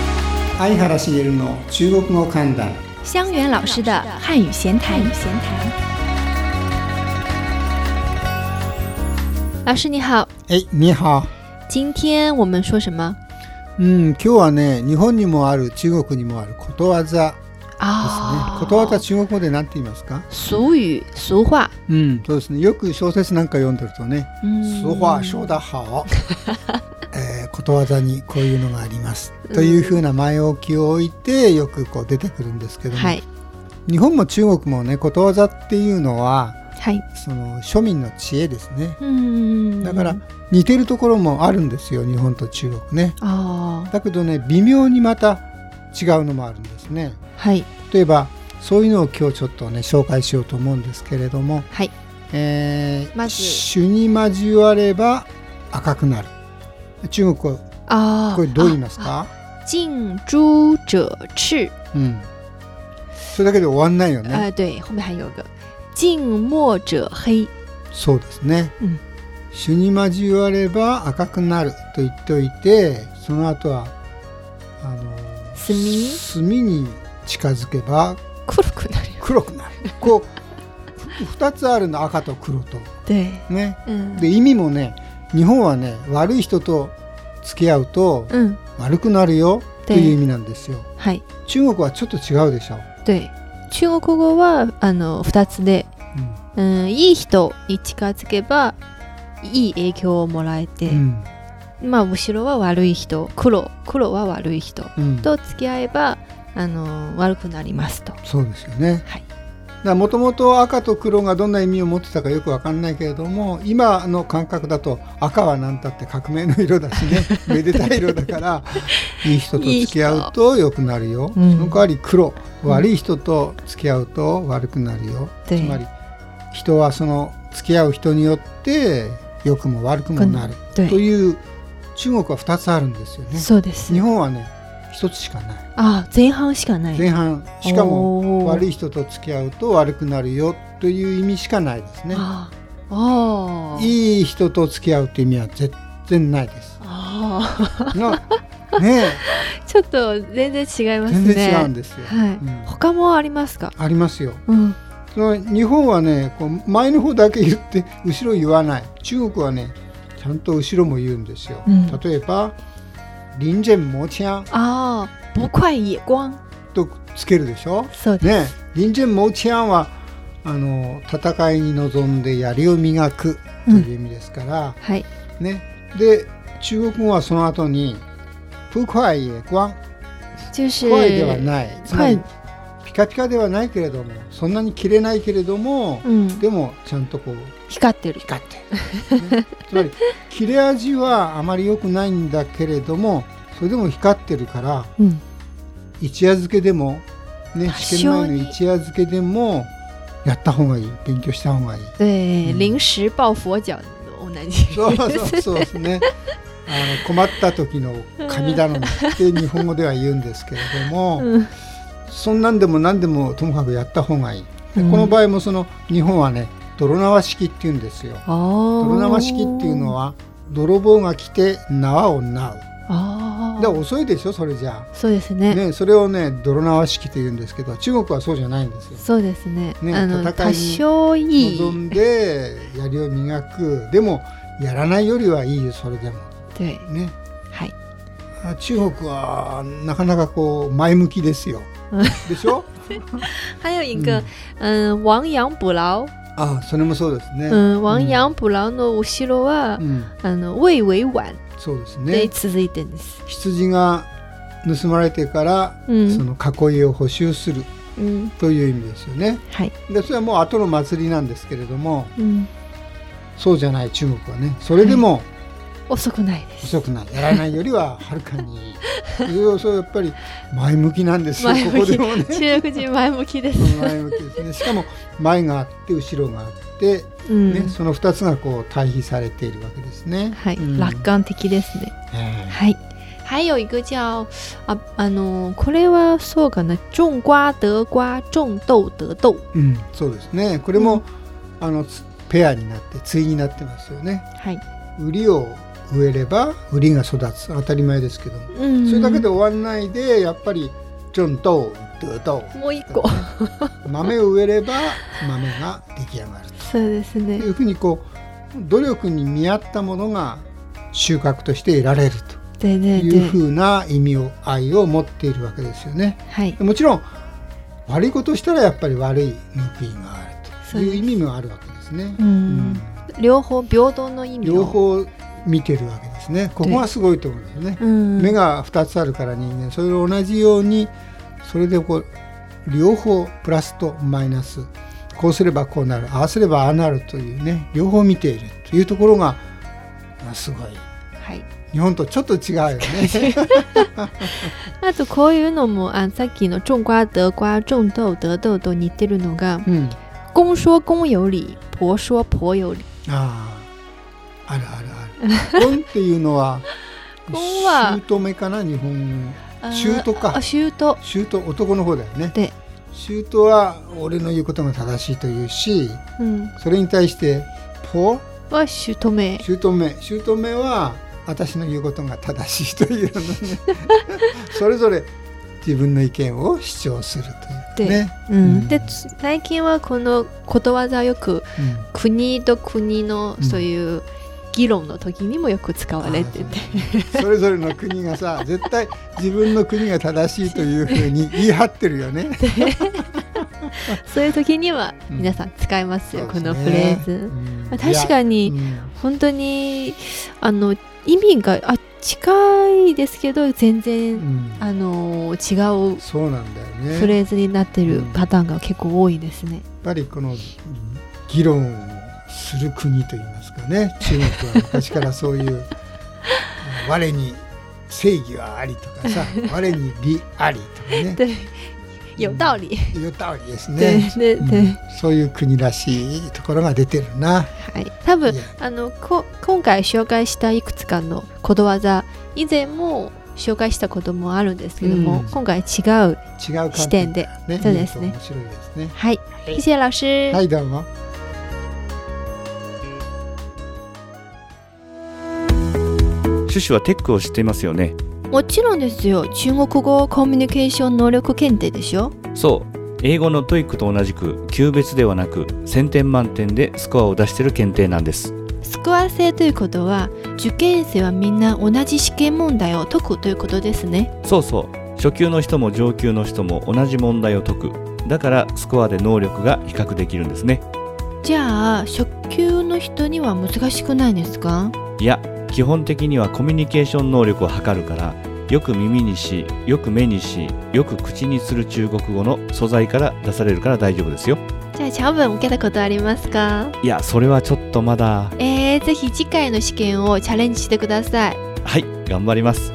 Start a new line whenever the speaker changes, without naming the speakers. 相原茂の中国語観覧
香元老师的汉语闲谈。老师你好，
えいには
今天我们说什么
うん今日はね日本にもある中国にもあることわざですね
啊？
ことわざ中国語で何て言いますか
俗语俗话，
うんそうですねよく小説なんか読んでるとね
嗯
俗話说得好、 えーことわざにこういうのがありますというふうな前置きを置いてよくこう出てくるんですけども、
はい
日本も中国もねことわざっていうのは
はい。
その庶民の知恵ですね
嗯
だから似てるところもあるんですよ日本と中国ね
哦，
だけどね微妙にまた違うのもあるんですね
はい
例えばそういうのを今日ちょっとね紹介しようと思うんですけれども
はい。
えー
まず
種に交われば赤くなる中国は
啊，
これどう言いますか、
啊？近朱者赤。
うんそれだけで終わんないよね、
呃，对，后面还有一个近墨者黑。
そうですね、
うん
種に交われば赤くなると言っておいてその後はあの
炭
炭に近づけば
黒くなるよ。
黒くなるこう2つあるの赤と黒と
对，
ね
嗯，
で意味もね日本はね悪い人と付き合うと
嗯，
悪くなるよという意味なんですよ
はい。
中国はちょっと違うでしょ、
对、中国語はあの二つで、うん、いい人に近づけばいい影響をもらえ
う
て、
ん
まあ後ろは悪い人、黒黒は悪い人
うん
と付き合えばあの悪くなりますと。
そうですよね
はい
もともと赤と黒がどんな意味を持ってたかよくわかんないけれども今の感覚だと赤は何たって革命の色だし ねめでたい色だからいい人と付き合うと良くなるよ
うん
その代わり黒
うん
悪い人と付き合うと悪くなるよ、
对
つまり人はその付き合う人によって良くも悪くもなる
对
という中国は2つあるんですよね
そうです
日。本はね1つしかない
あ、前半しかない。
前半しかも
も
悪
い
い人と付き合うと悪くなるよという意味しかないですね。
あーあー。
いい人と付き合うという意味は絶対ない です。
あ
なね
あ、 ちょっと全然違い
え
ますね。
全然違うんですよ。
はい
うん
他もありますか。
ありますよ。
うん。
その日本はねこう前の方だけ言って後ろ言わない中国はねちゃんと後ろも言うんですよ。
うん
例えば「臨前モチャン
ああ、不快也光。」
とつけるでしょ。
そうです。
ねえ臨前モチャンはあの戦いに臨んで槍を磨くという意味ですから。
はい。
ね、で中国語はその後に「不快也光
就是。
声ではないつまり
快
ピカピカではないけれどもそんなに切れないけれども、
うん。
でもちゃんとこう
光ってる。
光ってる、ねつまり 切れ味はあまり良くないんだけれどもそれでも光ってるから
うん。
一夜漬けでも、ね、
多少
試験前の
に
一夜漬けでもやった方がいい勉強した方がいい
对、
うん
臨時抱佛脚。同じ。
そう そうそうですね。あの困った時の神頼みって日本語では言うんですけれども、
うん
そんなんでも何でもともかくやった方がいい。で
うん
この場合もその日本はね泥縄式って言うんですよ。
ああ。
泥縄式っていうの。は泥棒が来て縄を縄う。
ああ。
で遅いでしょそれじゃ
そうです
あ。
ね。
ねそれをね泥縄式と言うんですけど中国はそうじゃないんですよ。
そうですね。
ね
あの
戦い
多
に
少い
望
い。
んで槍を磨くでもやらないよりはいいよそれでも
对。
ね。
はい。
あ中国はなかなかこう前向きです よ
うん。
でしょ？
还有一
う
个
ん、
嗯、亡羊補牢。
あそれもそうですね。
うん、亡羊補牢の後ろは、
うん
あの魏為婉
そうです
で
ね。
続いてるんです。
羊が盗まれてから、
う
そ
ん、
の囲いを補修する
うん、
という意味ですよね。
はい、
でそれはもう後の祭りなんですけれども、
うん、
そうじゃない中国はね、それでも
遅くないです。
遅くない、やらないよりははるかにいい。 そうそうやっぱり前向きなんですよ。
前
こ
向
こ
き
でもね。
中国人前向きです。
前向きですね。しかも前があって後ろがあって。
うん、
ね、その2つがこう対比されているわけですね。
はい、
うん
楽観的ですね。
え
はい。还有一个叫ああのこれはそうかな種瓜得瓜種豆得豆
えうん、そうですね。これも、あのつペアになって対になってますよね。
はい
売りを植えれば売りが育つ当たり前ですけども、
うん
それだけで終わんないでやっぱりちょんとドゥと
もう一個
豆を植えれば豆が出来上がる
そうです
と
ね
いうふうにこう努力に見合ったものが収穫として得られる
で
と
ね
いう
で
ふうな意味を愛を持っているわけですよね。
はい
もちろん悪いことをしたらやっぱり悪い報いがあると
そう
い
で
う
す
意味もあるわけですね。
うん両方平等の意味を
両方見てるわけですね。ここがすごいと思うんですよね。
うん
目が2つあるから人間それを同じようにそれでこう両方プラスとマイナスこうすればこうなるああすればああなるというね両方見ているというところがあすごい
はい
日本とちょっと違うよね。
あとこういうのもあさっきの種瓜得瓜種豆得豆と似てるのが
うん、
公说公有理婆说婆有理
あああるあるある。婚っていうのは
婚は
姑かな日本
あ
姑か
あ舅斗
姑男の方だよね。
で
姑は俺の言うことが正しいと言うし
うん
それに対してポ
は姑
姑姑は私の言うことが正しいというのね それぞれ自分の意見を主張するというね、
うん、
う
で
ん
つ最近はこのことわざをよく
うん
国と国の
うん
そういう議論の時にもよく使われてて、
それぞれの国がさ絶対自分の国が正しいというふうに言い張ってるよね。
そういう時には
うん
皆さん使いますよ、
そうで
こ
すね
のフレーズ。
うん
まあ確か
い
に
や
本当にあの意味があ近いですけど全
う
然、
んうん
あの違う
そうなんだよね。
フレーズになってる
うん
パターンが結構多いですね。
やっぱりこのうん議論をする国といいますかね中国は昔からそういう我に正義はありとかさ我に理ありとかね
对，有道理。
いう通りです
对
ね、
对
う
对
ん。そういう国らしいところが出てるな
はい、多分
いや
あのこ今回紹介したいくつかのことわざ以前も紹介したこともあるんですけども、
うん
今回違う
違う観点
視点で
ね
そうです
見
ね
ると面白いですね
はい、谢谢老师。
はいどうも
シュシュはテックを知っていますよね
もちろんですよ。中国語コミュニケーション能力検定でしょ。
そう英語のトイックと同じく級別ではなく1000点満点でスコアを出してる検定なんです
スコア制ということは受験生はみんな同じ試験問題を解くということですね。
そうそう初級の人も上級の人も同じ問題を解くだからスコアで能力が比較できるんですね
じゃあ初級の人には難しくないですか？
いや基本的にはコミュニケーション能力を測るからよく耳にしよく目にしよく口にする中国語の素材から出されるから大丈夫ですよ
じゃあ長文受けたことありますか？
いやそれはちょっとまだ
えー、ぜひ次回の試験をチャレンジしてください。
はい頑張ります